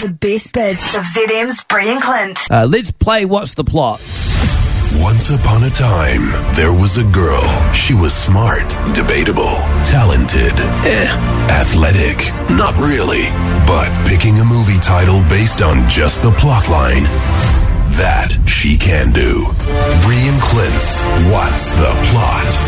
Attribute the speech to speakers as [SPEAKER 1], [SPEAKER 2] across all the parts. [SPEAKER 1] The best bits of ZM's Brian Clint.
[SPEAKER 2] Uh, let's play What's the Plot.
[SPEAKER 3] Once upon a time, there was a girl. She was smart, debatable, talented, eh, athletic, not really. But picking a movie title based on just the plot line, that she can do. Brian Clint's What's the Plot?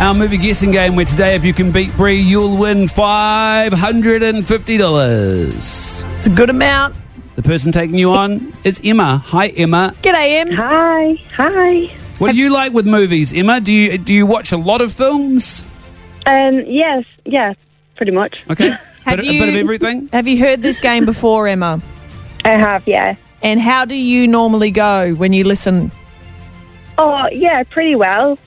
[SPEAKER 2] Our movie guessing game where today, if you can beat Bree, you'll win $550.
[SPEAKER 4] It's a good amount.
[SPEAKER 2] The person taking you on is Emma. Hi, Emma.
[SPEAKER 4] G'day, Em.
[SPEAKER 5] Hi, hi.
[SPEAKER 2] What do you like with movies, Emma? Do you do you watch a lot of films?
[SPEAKER 5] Um, yes, yes, pretty much.
[SPEAKER 2] Okay.
[SPEAKER 4] Have
[SPEAKER 2] bit,
[SPEAKER 4] you-
[SPEAKER 2] a bit of everything.
[SPEAKER 4] Have you heard this game before, Emma?
[SPEAKER 5] I have, yeah.
[SPEAKER 4] And how do you normally go when you listen?
[SPEAKER 5] Oh, yeah, pretty well.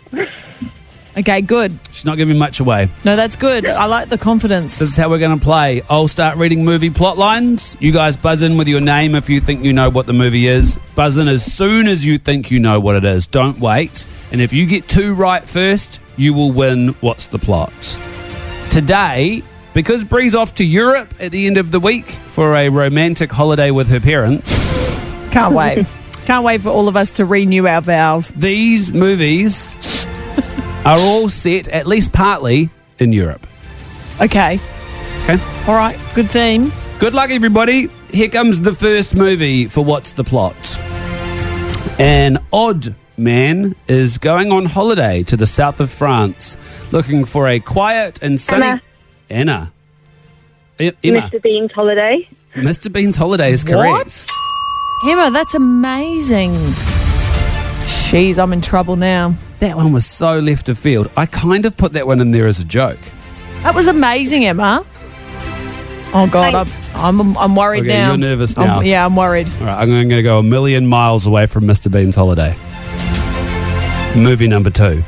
[SPEAKER 4] Okay, good.
[SPEAKER 2] She's not giving much away.
[SPEAKER 4] No, that's good. I like the confidence.
[SPEAKER 2] This is how we're going to play. I'll start reading movie plot lines. You guys buzz in with your name if you think you know what the movie is. Buzz in as soon as you think you know what it is. Don't wait. And if you get two right first, you will win What's the Plot. Today, because Bree's off to Europe at the end of the week for a romantic holiday with her parents,
[SPEAKER 4] Can't wait. Can't wait for all of us to renew our vows.
[SPEAKER 2] these movies are all set, at least partly, in Europe.
[SPEAKER 4] Okay.
[SPEAKER 2] Okay?
[SPEAKER 4] All right. Good theme.
[SPEAKER 2] Good luck, everybody. Here comes the first movie for What's the Plot. An odd man is going on holiday to the south of France looking for a quiet and sunny. Anna. E- Emma.
[SPEAKER 5] Mr. Bean's holiday.
[SPEAKER 2] Mr. Bean's holiday is correct.
[SPEAKER 4] Emma, that's amazing. Jeez, I'm in trouble now.
[SPEAKER 2] That one was so left of field. I kind of put that one in there as a joke.
[SPEAKER 4] That was amazing, Emma. Oh God, I'm I'm, I'm worried
[SPEAKER 2] Okay,
[SPEAKER 4] now.
[SPEAKER 2] you're nervous
[SPEAKER 4] I'm-
[SPEAKER 2] now.
[SPEAKER 4] yeah, I'm worried.
[SPEAKER 2] All right, I'm going to go a million miles away from Mr. Bean's holiday. Movie number two.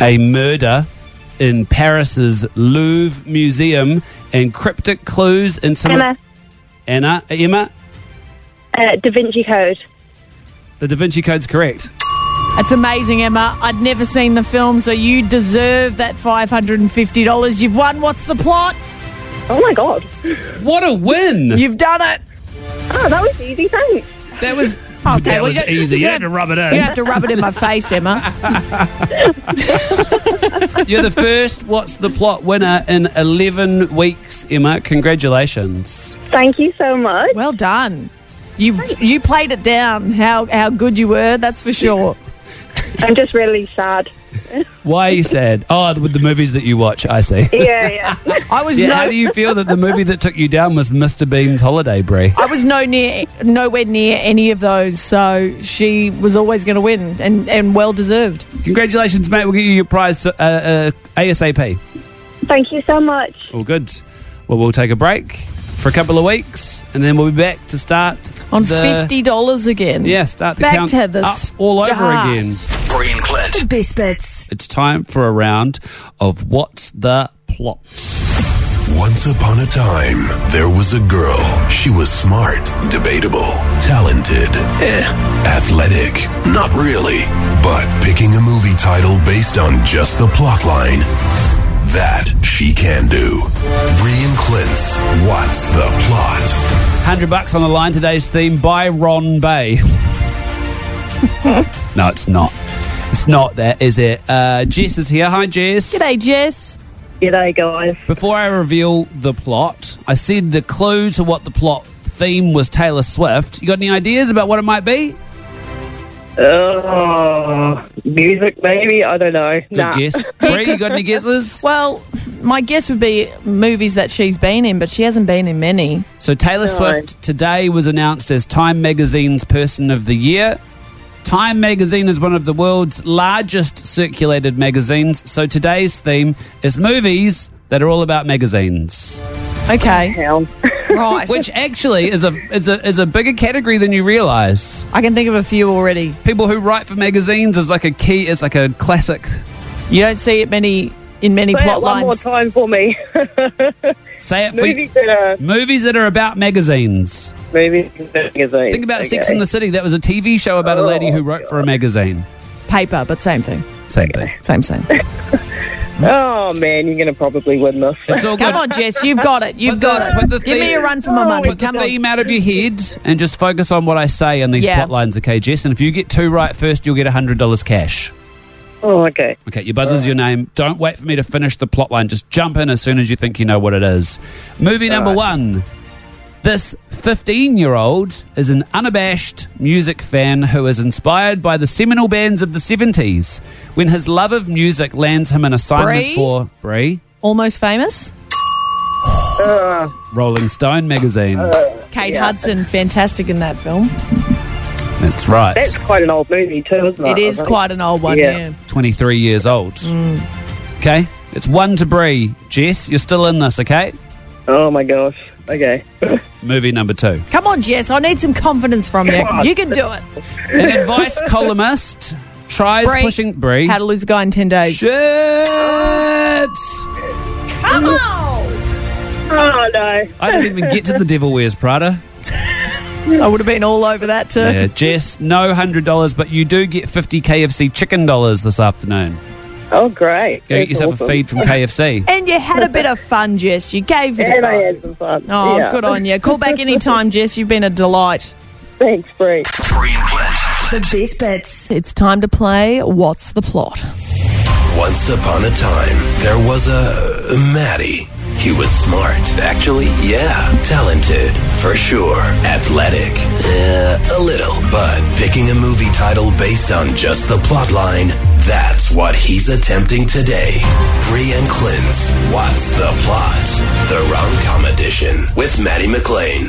[SPEAKER 2] A murder in Paris's Louvre Museum and cryptic clues in some.
[SPEAKER 5] Emma,
[SPEAKER 2] Anna, Emma,
[SPEAKER 5] uh, Da Vinci Code.
[SPEAKER 2] the Da Vinci Code's correct.
[SPEAKER 4] That's amazing, Emma. I'd never seen the film, so you deserve that five hundred and fifty dollars. You've won. What's the plot?
[SPEAKER 5] Oh my god.
[SPEAKER 2] What a win!
[SPEAKER 4] You've done it.
[SPEAKER 5] Oh, that was easy, thanks.
[SPEAKER 2] That was.
[SPEAKER 4] Okay,
[SPEAKER 2] that
[SPEAKER 4] well,
[SPEAKER 2] was
[SPEAKER 4] you-
[SPEAKER 2] easy.
[SPEAKER 4] you
[SPEAKER 2] You
[SPEAKER 4] have-
[SPEAKER 2] had to rub it
[SPEAKER 4] You
[SPEAKER 2] in.
[SPEAKER 4] have to rub it in my face, Emma.
[SPEAKER 2] You're the first What's the Plot winner in 11 weeks, Emma. Congratulations.
[SPEAKER 5] Thank you so much.
[SPEAKER 4] Well done. You you played it down. How how good you were. That's for sure.
[SPEAKER 5] I'm just really sad.
[SPEAKER 2] Why are you sad? Oh, with the movies that you watch, I see.
[SPEAKER 5] Yeah, yeah.
[SPEAKER 4] I was
[SPEAKER 2] Yeah,
[SPEAKER 4] no.
[SPEAKER 2] how do you feel that the movie that took you down was Mr. Bean's Holiday, Brie?
[SPEAKER 4] I was no near, nowhere near any of those, so she was always going to win, and, and well deserved.
[SPEAKER 2] Congratulations, mate. We'll get you your prize uh, uh, ASAP.
[SPEAKER 5] Thank you so much.
[SPEAKER 2] All good. Well, we'll take a break for a couple of weeks, and then we'll be back to start
[SPEAKER 4] on
[SPEAKER 2] the-
[SPEAKER 4] fifty dollars again.
[SPEAKER 2] Yeah, start the
[SPEAKER 4] Back
[SPEAKER 2] count
[SPEAKER 4] to the
[SPEAKER 2] up all over
[SPEAKER 4] start.
[SPEAKER 2] again.
[SPEAKER 3] Brian Clint.
[SPEAKER 1] The best bits.
[SPEAKER 2] It's time for a round of what's the plot.
[SPEAKER 3] Once upon a time, there was a girl. She was smart, debatable, talented, eh, athletic, not really. But picking a movie title based on just the plot line, that she can do. Brian Clint's What's the Plot?
[SPEAKER 2] Hundred bucks on the line. Today's theme by Ron Bay. no, it's not. It's not that, is it? Uh, Jess is here. Hi, Jess.
[SPEAKER 4] G'day, Jess.
[SPEAKER 5] G'day, guys.
[SPEAKER 2] Before I reveal the plot, I said the clue to what the plot theme was Taylor Swift. You got any ideas about what it might be?
[SPEAKER 5] Oh, music, maybe? I don't know.
[SPEAKER 2] Good guess. Bree, you got any guesses?
[SPEAKER 4] Well, my guess would be movies that she's been in, but she hasn't been in many.
[SPEAKER 2] So Taylor Swift today was announced as Time Magazine's Person of the Year. Time Magazine is one of the world's largest circulated magazines. So today's theme is movies that are all about magazines,
[SPEAKER 4] Okay, right.
[SPEAKER 2] which actually is a is a is a bigger category than you realize.
[SPEAKER 4] I can think of a few already.
[SPEAKER 2] People who write for magazines is like a key is like a classic
[SPEAKER 4] You don't see it many in many
[SPEAKER 5] Say
[SPEAKER 4] plot
[SPEAKER 5] it one more
[SPEAKER 4] lines.
[SPEAKER 5] time for me.
[SPEAKER 2] Say it for
[SPEAKER 5] Movie theatre.
[SPEAKER 2] movies that are about magazines.
[SPEAKER 5] Movie magazine.
[SPEAKER 2] Think about Sex in the City. That was a TV show about a lady who wrote for a magazine.
[SPEAKER 4] Paper, but same thing.
[SPEAKER 2] Same thing.
[SPEAKER 4] Same, same.
[SPEAKER 5] Oh man, you're gonna probably win this.
[SPEAKER 2] It's all
[SPEAKER 4] Come
[SPEAKER 2] good.
[SPEAKER 4] on, Jess, you've got it. You've
[SPEAKER 2] Put
[SPEAKER 4] got
[SPEAKER 2] the-
[SPEAKER 4] it.
[SPEAKER 2] put the
[SPEAKER 4] Give me
[SPEAKER 2] theme- Oh,
[SPEAKER 4] a run for my money.
[SPEAKER 2] Put the
[SPEAKER 4] Come on.
[SPEAKER 2] theme out of your head and just focus on what I say in these
[SPEAKER 4] Yeah.
[SPEAKER 2] plot lines, okay, Jess? And if you get two right first, you'll get $100 cash.
[SPEAKER 5] Oh, okay.
[SPEAKER 2] Okay, your buzzer's your name. Don't wait for me to finish the plot line. Just jump in as soon as you think you know what it is. Movie number one. This 15 year old is an unabashed music fan who is inspired by the seminal bands of the 70s when his love of music lands him an assignment
[SPEAKER 4] Bree?
[SPEAKER 2] for Brie,
[SPEAKER 4] Almost famous.
[SPEAKER 2] Rolling Stone magazine.
[SPEAKER 4] Kate Hudson, fantastic in that film.
[SPEAKER 2] That's right.
[SPEAKER 5] That's quite an old movie too, isn't
[SPEAKER 4] It
[SPEAKER 5] it?
[SPEAKER 4] is quite an old one, yeah.
[SPEAKER 5] Uh, Yeah.
[SPEAKER 2] 23 years old. Okay, it's one to Brie. Jess, you're still in this, okay?
[SPEAKER 5] Oh my gosh. Okay.
[SPEAKER 2] Movie number two.
[SPEAKER 4] Come on, Jess, I need some confidence from you.
[SPEAKER 5] Come on.
[SPEAKER 4] You can do it.
[SPEAKER 2] An advice columnist tries
[SPEAKER 4] Bree.
[SPEAKER 2] pushing Brie.
[SPEAKER 4] How to lose a guy in 10 days.
[SPEAKER 2] Shit!
[SPEAKER 4] Come on!
[SPEAKER 5] Oh no.
[SPEAKER 2] I didn't even get to the Devil Wears Prada.
[SPEAKER 4] I would have been all over that too.
[SPEAKER 2] Yeah, Jess, no hundred dollars, but you do get fifty KFC chicken dollars this afternoon.
[SPEAKER 5] Oh great.
[SPEAKER 2] Go get
[SPEAKER 5] That's
[SPEAKER 2] yourself
[SPEAKER 5] awesome.
[SPEAKER 2] a feed from KFC.
[SPEAKER 4] And you had a bit of fun, Jess. You gave it a
[SPEAKER 5] And I
[SPEAKER 4] go.
[SPEAKER 5] had some fun.
[SPEAKER 4] Oh,
[SPEAKER 5] Yeah.
[SPEAKER 4] good on you. Call back anytime, Jess. You've been a delight.
[SPEAKER 5] Thanks, Bree.
[SPEAKER 3] Bree and Clint.
[SPEAKER 1] The best bits.
[SPEAKER 4] It's time to play What's the Plot?
[SPEAKER 3] Once upon a time, there was a Matty. He was smart. Actually, yeah. Talented, for sure. Athletic, uh, a little. But picking a movie title based on just the plot line, that's what he's attempting today. Bree and Clint's What's the Plot? The Rom-Com Edition with Maddie McLean.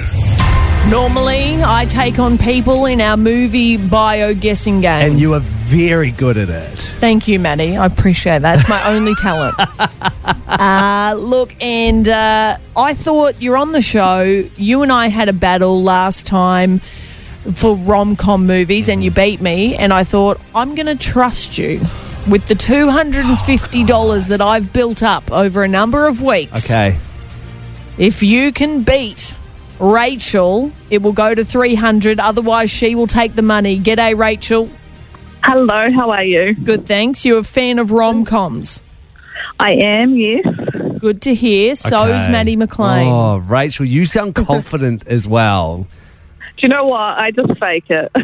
[SPEAKER 4] Normally, I take on people in our movie bio guessing game.
[SPEAKER 6] And you are very good at it.
[SPEAKER 4] Thank you, Maddie. I appreciate that. It's my only talent. Uh, look, and uh, I thought you're on the show. You and I had a battle last time for rom com movies, and you beat me. And I thought, I'm going to trust you with the $250 that I've built up over a number of weeks.
[SPEAKER 2] Okay.
[SPEAKER 4] If you can beat Rachel, it will go to 300. Otherwise, she will take the money. G'day, Rachel.
[SPEAKER 7] Hello, how are you?
[SPEAKER 4] Good, thanks. You're a fan of rom coms.
[SPEAKER 7] I am, yes.
[SPEAKER 4] Good to hear. So's
[SPEAKER 6] Okay.
[SPEAKER 4] Maddie McLean.
[SPEAKER 6] Oh, Rachel, you sound confident as well.
[SPEAKER 7] Do you know what? I just fake it.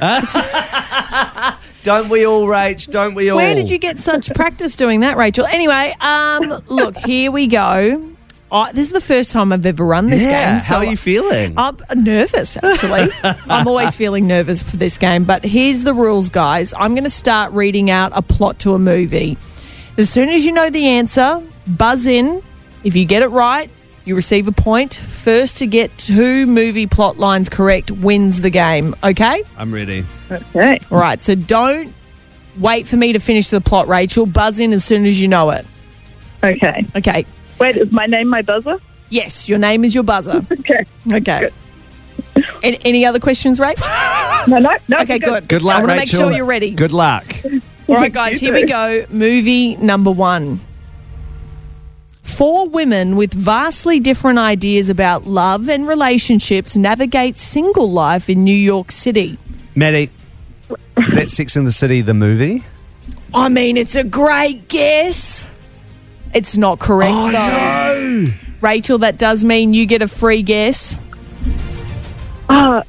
[SPEAKER 6] Don't we all, Rach? Don't we all?
[SPEAKER 4] Where did you get such practice doing that, Rachel? Anyway, um, look, here we go. I this is the first time I've ever run this
[SPEAKER 6] Yeah.
[SPEAKER 4] game.
[SPEAKER 6] how are you feeling?
[SPEAKER 4] I'm nervous, actually. I'm always feeling nervous for this game. But here's the rules, guys. I'm going to start reading out a plot to a movie. As soon as you know the answer, buzz in. If you get it right, you receive a point. First to get two movie plot lines correct wins the game, okay?
[SPEAKER 6] I'm ready.
[SPEAKER 7] Okay.
[SPEAKER 4] All right, so don't wait for me to finish the plot, Rachel. Buzz in as soon as you know it.
[SPEAKER 7] Okay.
[SPEAKER 4] Okay.
[SPEAKER 7] Wait, is my name my buzzer?
[SPEAKER 4] Yes, your name is your buzzer.
[SPEAKER 7] Okay.
[SPEAKER 4] Okay. An- any other questions, Rachel?
[SPEAKER 7] No, no, no.
[SPEAKER 4] Okay, good.
[SPEAKER 6] Good luck,
[SPEAKER 4] I want to
[SPEAKER 6] Rachel.
[SPEAKER 4] make sure you're ready.
[SPEAKER 6] Good luck.
[SPEAKER 4] All right, guys, here we go. Movie number one. Four women with vastly different ideas about love and relationships navigate single life in New York City.
[SPEAKER 6] Maddie, is that Sex in the City the movie?
[SPEAKER 4] I mean, it's a great guess. It's not correct,
[SPEAKER 6] Oh,
[SPEAKER 4] though. Rachel, that does mean you get a free guess.
[SPEAKER 7] Ah,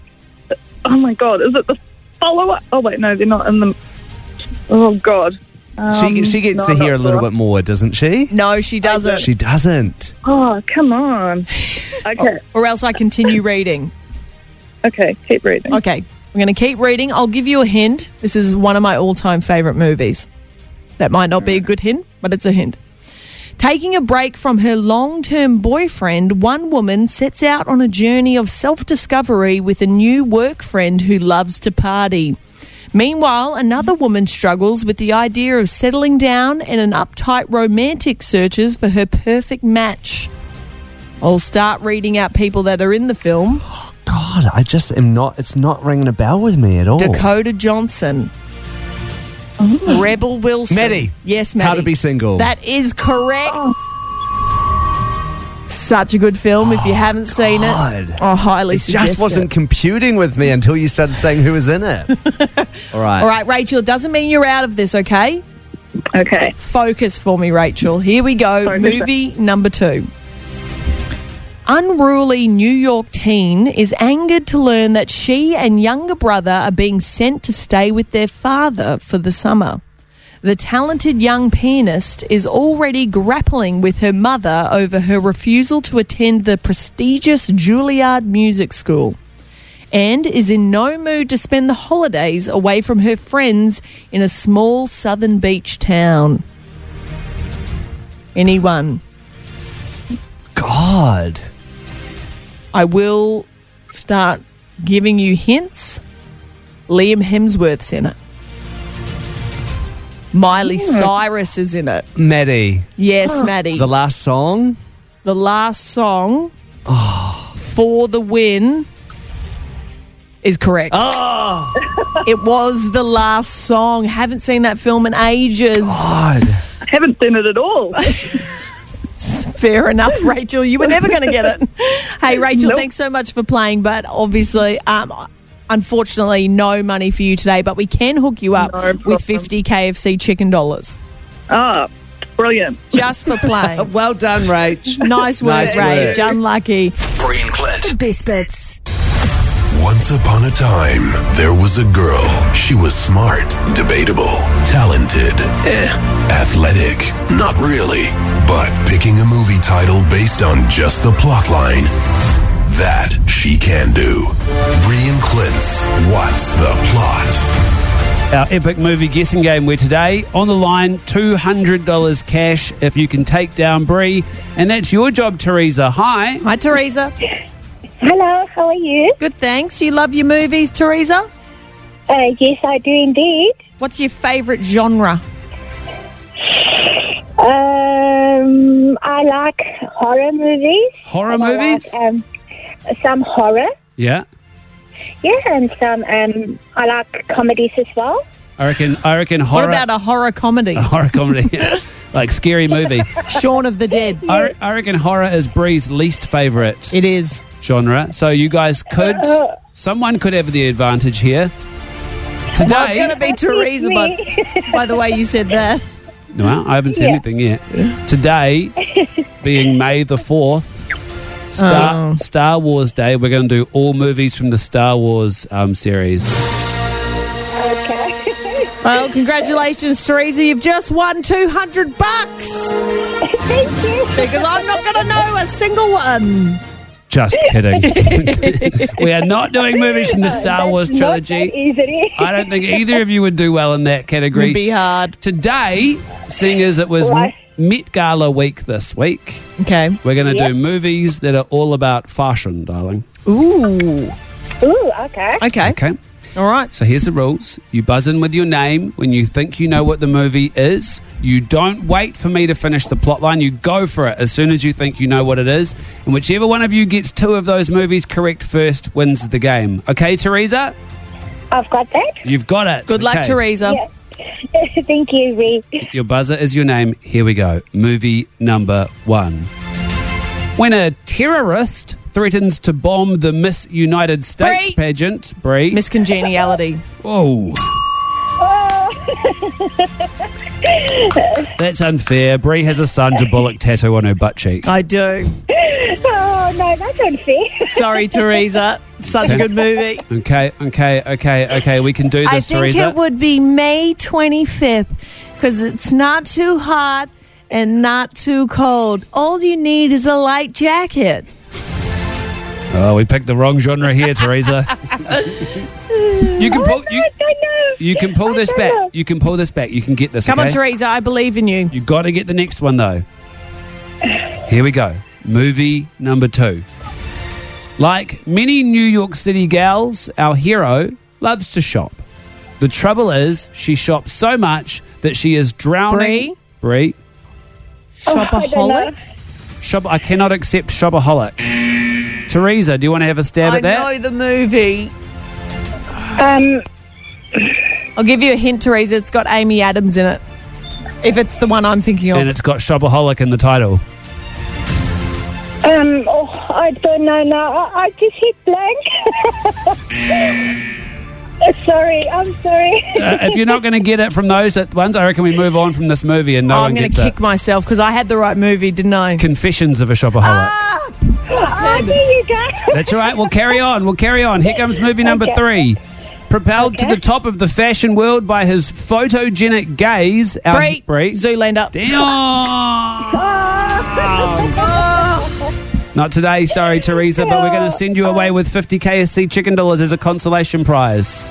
[SPEAKER 7] oh, my God. Is it the follow up? Oh, wait, no, they're not in the. Oh, God.
[SPEAKER 6] she, she gets to
[SPEAKER 7] no,
[SPEAKER 6] hear a
[SPEAKER 7] not
[SPEAKER 6] little
[SPEAKER 7] sure.
[SPEAKER 6] bit more, doesn't she?
[SPEAKER 4] No, she doesn't.
[SPEAKER 6] She doesn't.
[SPEAKER 7] Oh, come on. Okay.
[SPEAKER 4] Or else I continue reading.
[SPEAKER 8] Oh.
[SPEAKER 7] Okay, keep reading.
[SPEAKER 4] Okay, I'm going to keep reading. I'll give you a hint. This is one of my all time favourite movies. That might not be a good hint, but it's a hint. Taking a break from her long term boyfriend, one woman sets out on a journey of self discovery with a new work friend who loves to party. Meanwhile, another woman struggles with the idea of settling down and an uptight romantic searches for her perfect match. I'll start reading out people that are in the film.
[SPEAKER 6] God, I just am not. It's not ringing a bell with me at all.
[SPEAKER 4] Dakota Johnson. Rebel Wilson.
[SPEAKER 6] Maddie.
[SPEAKER 4] Yes, Maddie.
[SPEAKER 6] How to be single.
[SPEAKER 4] That is correct. Such a good film. If you haven't seen
[SPEAKER 6] Oh, God.
[SPEAKER 4] it, I highly
[SPEAKER 6] it
[SPEAKER 4] suggest
[SPEAKER 6] just wasn't
[SPEAKER 4] it.
[SPEAKER 6] computing with me until you started saying who was in it. all right.
[SPEAKER 4] All right, Rachel, it doesn't mean you're out of this, okay?
[SPEAKER 7] Okay.
[SPEAKER 4] Focus for me, Rachel. Here we go.
[SPEAKER 7] Focus.
[SPEAKER 4] Movie number two. Unruly New York teen is angered to learn that she and younger brother are being sent to stay with their father for the summer. The talented young pianist is already grappling with her mother over her refusal to attend the prestigious Juilliard Music School and is in no mood to spend the holidays away from her friends in a small southern beach town. Anyone?
[SPEAKER 6] God.
[SPEAKER 4] I will start giving you hints. Liam Hemsworth's in it. Miley Cyrus is in it.
[SPEAKER 6] Maddie,
[SPEAKER 4] Yes, Maddie.
[SPEAKER 6] the last song?
[SPEAKER 4] the last song for the win is correct. Oh. It was the last song. Haven't seen that film in ages.
[SPEAKER 6] God.
[SPEAKER 7] Haven't seen it at all.
[SPEAKER 4] Fair enough, Rachel. You were never going to get it. Hey, Rachel,
[SPEAKER 7] Nope.
[SPEAKER 4] thanks so much for playing. But obviously, um, unfortunately, no money for you today. But we can hook you up
[SPEAKER 7] No problem.
[SPEAKER 4] with 50 KFC chicken dollars
[SPEAKER 7] Ah, brilliant.
[SPEAKER 4] just for playing.
[SPEAKER 6] Uh, Well done, Rach.
[SPEAKER 4] nice work,
[SPEAKER 6] Nice work.
[SPEAKER 4] Rach. Unlucky.
[SPEAKER 3] Brie and Clint.
[SPEAKER 1] Best bits.
[SPEAKER 3] Once upon a time, there was a girl. She was smart, debatable, talented, eh, athletic, not really. But picking a movie title based on just the plot line, that she can do. Brian Clint's What's the Plot?
[SPEAKER 2] Our epic movie guessing game where today on the line $200 cash if you can take down Bree. And that's your job, Teresa. Hi.
[SPEAKER 4] Hi, Teresa.
[SPEAKER 9] Hello, how are you?
[SPEAKER 4] Good, thanks. You love your movies, Teresa?
[SPEAKER 9] Uh, yes, I do indeed.
[SPEAKER 4] What's your favourite genre?
[SPEAKER 9] Um, I like horror movies.
[SPEAKER 2] Horror
[SPEAKER 4] Oh
[SPEAKER 9] And I
[SPEAKER 2] movies?
[SPEAKER 9] like, um, some horror,
[SPEAKER 2] Yeah.
[SPEAKER 9] yeah, and some. Um, I like comedies as well.
[SPEAKER 2] I reckon, I reckon horror. Oh.
[SPEAKER 4] What about a horror comedy?
[SPEAKER 2] horror comedy? yeah. like scary movie.
[SPEAKER 4] Shaun of the Dead.
[SPEAKER 2] I, re- I reckon horror is Bree's least favourite
[SPEAKER 4] It is.
[SPEAKER 2] genre. So you guys could, someone could have the advantage here. Today,
[SPEAKER 4] Well, it's going to be Teresa, but by the way, you said that.
[SPEAKER 2] No, I haven't seen
[SPEAKER 9] Yeah.
[SPEAKER 2] anything yet. Today, being May the 4th, Star,
[SPEAKER 9] Oh.
[SPEAKER 2] Star Wars Day, we're going to do all movies from the Star Wars um, series.
[SPEAKER 9] Okay.
[SPEAKER 4] Well, congratulations, Teresa. You've just won 200 bucks
[SPEAKER 9] Thank you.
[SPEAKER 4] because I'm not going to know a single one.
[SPEAKER 2] Just kidding. we are not doing movies from the Star
[SPEAKER 9] That's
[SPEAKER 2] Wars
[SPEAKER 9] not that
[SPEAKER 2] trilogy.
[SPEAKER 9] easy.
[SPEAKER 2] I don't think either of you would do well in that
[SPEAKER 4] It'd
[SPEAKER 2] category.
[SPEAKER 4] be hard.
[SPEAKER 2] Today, seeing as it was
[SPEAKER 9] Why?
[SPEAKER 2] Met Gala week this week,
[SPEAKER 4] Okay.
[SPEAKER 2] we're going to
[SPEAKER 9] Yep.
[SPEAKER 2] do movies that are all about fashion, darling.
[SPEAKER 4] Ooh.
[SPEAKER 9] Ooh, okay.
[SPEAKER 4] Okay.
[SPEAKER 2] Okay.
[SPEAKER 4] All right.
[SPEAKER 2] So here's the rules. You buzz in with your name when you think you know what the movie is. You don't wait for me to finish the plot line. You go for it as soon as you think you know what it is. And whichever one of you gets two of those movies correct first wins the game. Okay, Teresa?
[SPEAKER 9] I've got that.
[SPEAKER 2] You've got it.
[SPEAKER 4] Good luck,
[SPEAKER 2] Okay.
[SPEAKER 4] Teresa.
[SPEAKER 9] Thank you, Ree.
[SPEAKER 2] Your buzzer is your name. Here we go. Movie number one. When a terrorist threatens to bomb the Miss United States
[SPEAKER 4] Bree.
[SPEAKER 2] pageant, Brie.
[SPEAKER 4] Miss Congeniality.
[SPEAKER 2] Oh. That's unfair. Brie has a Sandra Bullock tattoo on her butt cheek.
[SPEAKER 4] I do.
[SPEAKER 9] Oh no, that's unfair.
[SPEAKER 4] Sorry, Teresa. Such a good movie.
[SPEAKER 2] Okay, okay, okay, okay. We can do
[SPEAKER 4] I
[SPEAKER 2] this,
[SPEAKER 4] think
[SPEAKER 2] Teresa.
[SPEAKER 4] it would be May 25th because it's not too hot and not too cold. All you need is a light jacket.
[SPEAKER 2] oh, we picked the wrong genre here, Teresa. you
[SPEAKER 4] Oh
[SPEAKER 2] can pull. You,
[SPEAKER 9] I don't know.
[SPEAKER 2] you can pull
[SPEAKER 9] I
[SPEAKER 2] this
[SPEAKER 9] don't
[SPEAKER 2] back.
[SPEAKER 9] know.
[SPEAKER 2] You can pull this back. You can get this.
[SPEAKER 4] Come on,
[SPEAKER 2] okay?
[SPEAKER 4] Teresa. I believe in you.
[SPEAKER 2] You got to get the next one though. Here we go. Movie number two. Like many New York City gals, our hero loves to shop. The trouble is, she shops so much that she is drowning. Bree, Oh,
[SPEAKER 9] I don't know.
[SPEAKER 4] Shopaholic.
[SPEAKER 2] shop. I cannot accept shopaholic. Teresa, do you want to have a stab
[SPEAKER 4] I
[SPEAKER 2] at that?
[SPEAKER 4] know the movie.
[SPEAKER 9] Um,
[SPEAKER 4] I'll give you a hint, Teresa. It's got Amy Adams in it. If it's the one I'm thinking
[SPEAKER 2] And
[SPEAKER 4] of.
[SPEAKER 2] it's got shopaholic in the title.
[SPEAKER 9] um, oh, I don't know now. I, I just hit blank. Sorry, I'm sorry.
[SPEAKER 2] Uh, if you're not going to get it from those ones, I reckon we move on from this movie and no one
[SPEAKER 4] Oh, I'm going
[SPEAKER 2] gets
[SPEAKER 4] to kick
[SPEAKER 2] it.
[SPEAKER 4] myself because I had the right movie, didn't I? Ah,
[SPEAKER 2] Confessions of a Shopaholic.
[SPEAKER 9] oh, there you go.
[SPEAKER 2] That's all right. We'll carry on. We'll carry on. Here comes movie number
[SPEAKER 9] Okay.
[SPEAKER 2] three. Propelled to
[SPEAKER 9] Okay.
[SPEAKER 2] the top of the fashion world by his photogenic gaze. Our
[SPEAKER 4] Bree, Zoolander.
[SPEAKER 2] Damn. Not today, sorry, Teresa, but we're going to send you away with 50 KSC chicken dollars as a consolation prize.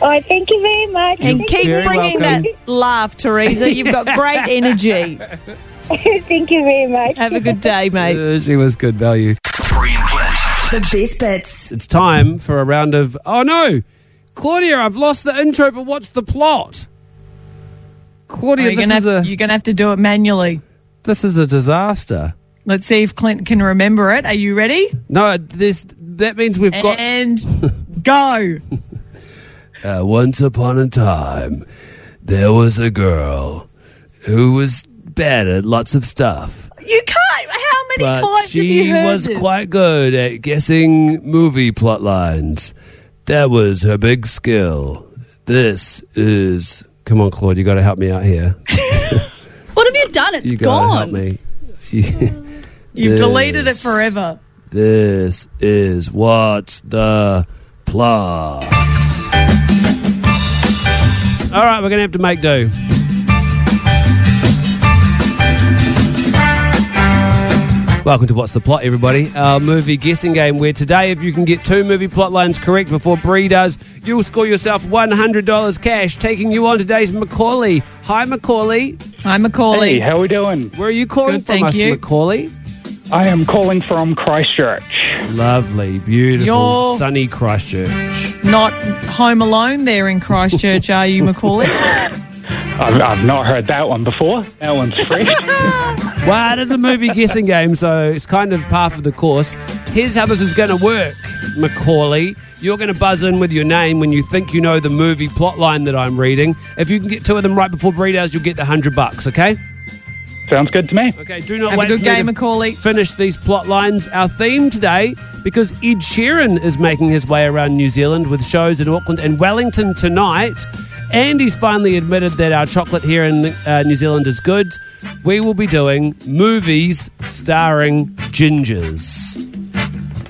[SPEAKER 9] Oh, thank you very much.
[SPEAKER 4] And
[SPEAKER 9] Thank
[SPEAKER 4] keep
[SPEAKER 2] You're
[SPEAKER 9] you.
[SPEAKER 4] bringing
[SPEAKER 2] welcome.
[SPEAKER 4] that laugh, Teresa. You've got great energy.
[SPEAKER 9] thank you very much.
[SPEAKER 4] Have a good day, mate.
[SPEAKER 2] Uh, she was good value.
[SPEAKER 3] Bree and Clint.
[SPEAKER 1] The best bits.
[SPEAKER 2] It's time for a round of. Oh no! Claudia, I've lost the intro for What's the Plot? Claudia,
[SPEAKER 4] you're
[SPEAKER 2] this
[SPEAKER 4] gonna
[SPEAKER 2] is,
[SPEAKER 4] have,
[SPEAKER 2] a,
[SPEAKER 4] you're gonna have to do it manually.
[SPEAKER 2] this is a disaster.
[SPEAKER 4] Let's see if Clint can remember it. Are you ready?
[SPEAKER 2] No, this that means we've got.
[SPEAKER 4] And go.
[SPEAKER 2] Uh, once upon a time, there was a girl who was bad at lots of stuff,
[SPEAKER 4] You can't. How many
[SPEAKER 2] but
[SPEAKER 4] times have
[SPEAKER 2] she
[SPEAKER 4] you heard
[SPEAKER 2] was
[SPEAKER 4] this?
[SPEAKER 2] quite good at guessing movie plot lines. That was her big skill. This is. Come on, Claude, you got to help me out here.
[SPEAKER 8] What have you done? It's
[SPEAKER 2] You got to help
[SPEAKER 8] gone.
[SPEAKER 2] me.
[SPEAKER 4] You've deleted it
[SPEAKER 2] This.
[SPEAKER 4] forever.
[SPEAKER 2] This is what's the plot. All right, we're going to have to make do. Welcome to What's the Plot, everybody. Our movie guessing game, where today, if you can get two movie plot lines correct before Bree does, you'll score yourself $100 cash, taking you on today's Macaulay. Hi, Macaulay.
[SPEAKER 4] Hi, Macaulay.
[SPEAKER 10] how are we doing?
[SPEAKER 2] Where are you calling
[SPEAKER 4] Good,
[SPEAKER 2] from
[SPEAKER 4] thank
[SPEAKER 2] us,
[SPEAKER 4] you.
[SPEAKER 2] Macaulay?
[SPEAKER 10] I am calling from Christchurch.
[SPEAKER 2] Lovely, beautiful,
[SPEAKER 4] You're-
[SPEAKER 2] sunny Christchurch.
[SPEAKER 4] Not home alone there in Christchurch, are you, Macaulay?
[SPEAKER 10] I've, I've not heard that one before. That one's fresh.
[SPEAKER 2] Well, it is a movie guessing game, so it's kind of part of the course. Here's how this is going to work, Macaulay. You're going to buzz in with your name when you think you know the movie plot line that I'm reading. If you can get two of them right before Breeders, you'll get the hundred bucks. Okay?
[SPEAKER 10] Sounds good to me.
[SPEAKER 2] Okay. Do not
[SPEAKER 4] Have
[SPEAKER 2] wait
[SPEAKER 4] a good
[SPEAKER 2] for me
[SPEAKER 4] game,
[SPEAKER 2] to
[SPEAKER 4] Macaulay.
[SPEAKER 2] finish these plot lines. Our theme today, because Ed Sheeran is making his way around New Zealand with shows in Auckland and Wellington tonight, and he's finally admitted that our chocolate here in uh, New Zealand is good. We will be doing movies starring gingers.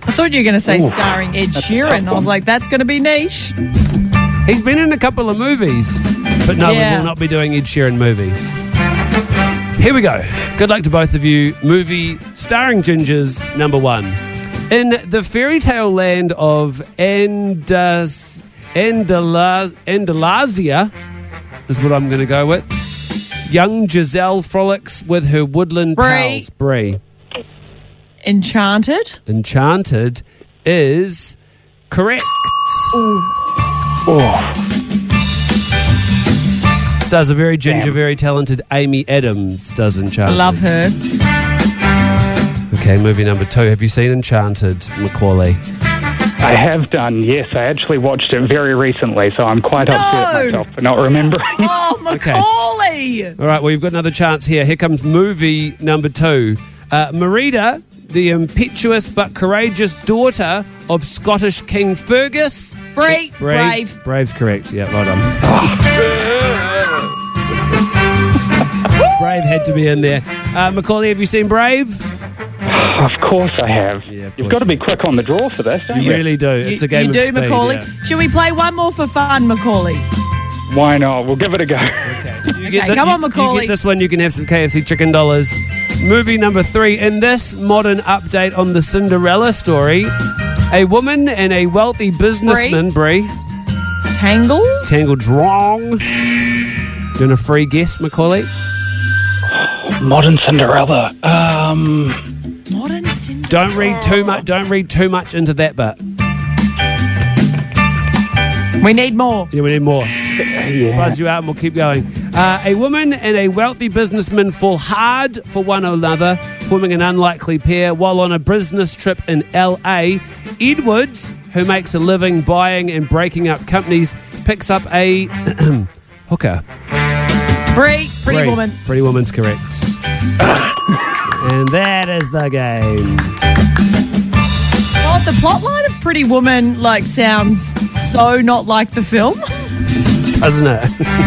[SPEAKER 4] I thought you were going to say starring Ed Sheeran. I was like, that's going to be niche.
[SPEAKER 2] He's been in a couple of movies, but no, we
[SPEAKER 4] Yeah.
[SPEAKER 2] will not be doing Ed Sheeran movies. Here we go. Good luck to both of you. Movie starring gingers, number one. In the fairy tale land of Andas, Andala, Andalasia, is what I'm going to go with. Young Giselle frolics with her woodland
[SPEAKER 4] Bree.
[SPEAKER 2] pals. Brie.
[SPEAKER 4] Enchanted.
[SPEAKER 2] Enchanted is correct.
[SPEAKER 10] Oh,
[SPEAKER 2] Stars a very ginger,
[SPEAKER 10] Damn.
[SPEAKER 2] very talented Amy Adams. Does
[SPEAKER 4] I
[SPEAKER 2] Enchanted.
[SPEAKER 4] love her.
[SPEAKER 2] Okay, movie number two. Have you seen Enchanted, Macaulay?
[SPEAKER 10] I have done. Yes, I actually watched it very recently, so I'm quite upset
[SPEAKER 4] No.
[SPEAKER 10] at myself for not remembering.
[SPEAKER 4] Oh, Macaulay.
[SPEAKER 2] All right, well, you've got another chance here. Here comes movie number two. Uh, Merida, the impetuous but courageous daughter of Scottish King Fergus.
[SPEAKER 4] Bree, brave.
[SPEAKER 2] Brave's correct. Yeah, right on. Brave had to be in there. Uh, Macaulay, have you seen Brave?
[SPEAKER 10] Oh, of course I have.
[SPEAKER 2] Yeah, of course
[SPEAKER 10] You've got to
[SPEAKER 2] you
[SPEAKER 10] be quick on the draw for this, don't
[SPEAKER 2] You
[SPEAKER 10] you?
[SPEAKER 2] really do. It's a game
[SPEAKER 4] you
[SPEAKER 2] of
[SPEAKER 4] do,
[SPEAKER 2] speed,
[SPEAKER 4] Macaulay.
[SPEAKER 2] yeah.
[SPEAKER 4] Should we play one more for fun, Macaulay?
[SPEAKER 10] Why not? We'll give it a go.
[SPEAKER 2] You get
[SPEAKER 4] Okay, come
[SPEAKER 2] you-
[SPEAKER 4] on, Macaulay.
[SPEAKER 2] You get this one, you can have some KFC chicken dollars. Movie number three. In this modern update on the Cinderella story, a woman and a wealthy businessman, Brie,
[SPEAKER 4] Tangle?
[SPEAKER 2] tangled wrong. Doing a free guess, Macaulay.
[SPEAKER 10] Modern Cinderella. Um,
[SPEAKER 4] Modern Cinderella.
[SPEAKER 2] Don't read too much. Don't read too much into that bit.
[SPEAKER 4] We need more.
[SPEAKER 2] Yeah, we need more. Buzz you out and we'll keep going. Uh, a woman and a wealthy businessman fall hard for one another, forming an unlikely pair while on a business trip in LA. Edwards, who makes a living buying and breaking up companies, picks up a hooker.
[SPEAKER 4] Bree, pretty
[SPEAKER 2] Bree.
[SPEAKER 4] woman.
[SPEAKER 2] Pretty woman's correct. and that is the game.
[SPEAKER 4] Oh, the plot line of Pretty Woman like sounds so not like the film
[SPEAKER 2] doesn't it?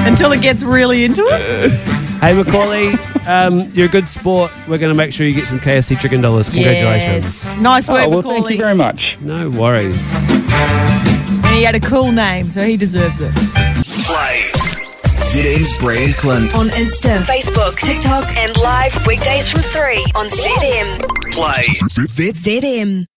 [SPEAKER 4] until it gets really into it.
[SPEAKER 2] hey, Macaulay, um, you're a good sport. We're going to make sure you get some KFC chicken dollars. Congratulations.
[SPEAKER 4] Yes. Nice work,
[SPEAKER 10] Oh, well, thank
[SPEAKER 4] Macaulay.
[SPEAKER 10] you very much.
[SPEAKER 2] No worries.
[SPEAKER 4] And he had a cool name, so he deserves it.
[SPEAKER 3] Play.
[SPEAKER 11] Zidim's Brian Clint.
[SPEAKER 1] On Insta, Facebook, TikTok, and live weekdays from 3 on ZM.
[SPEAKER 11] Play.
[SPEAKER 1] ZM.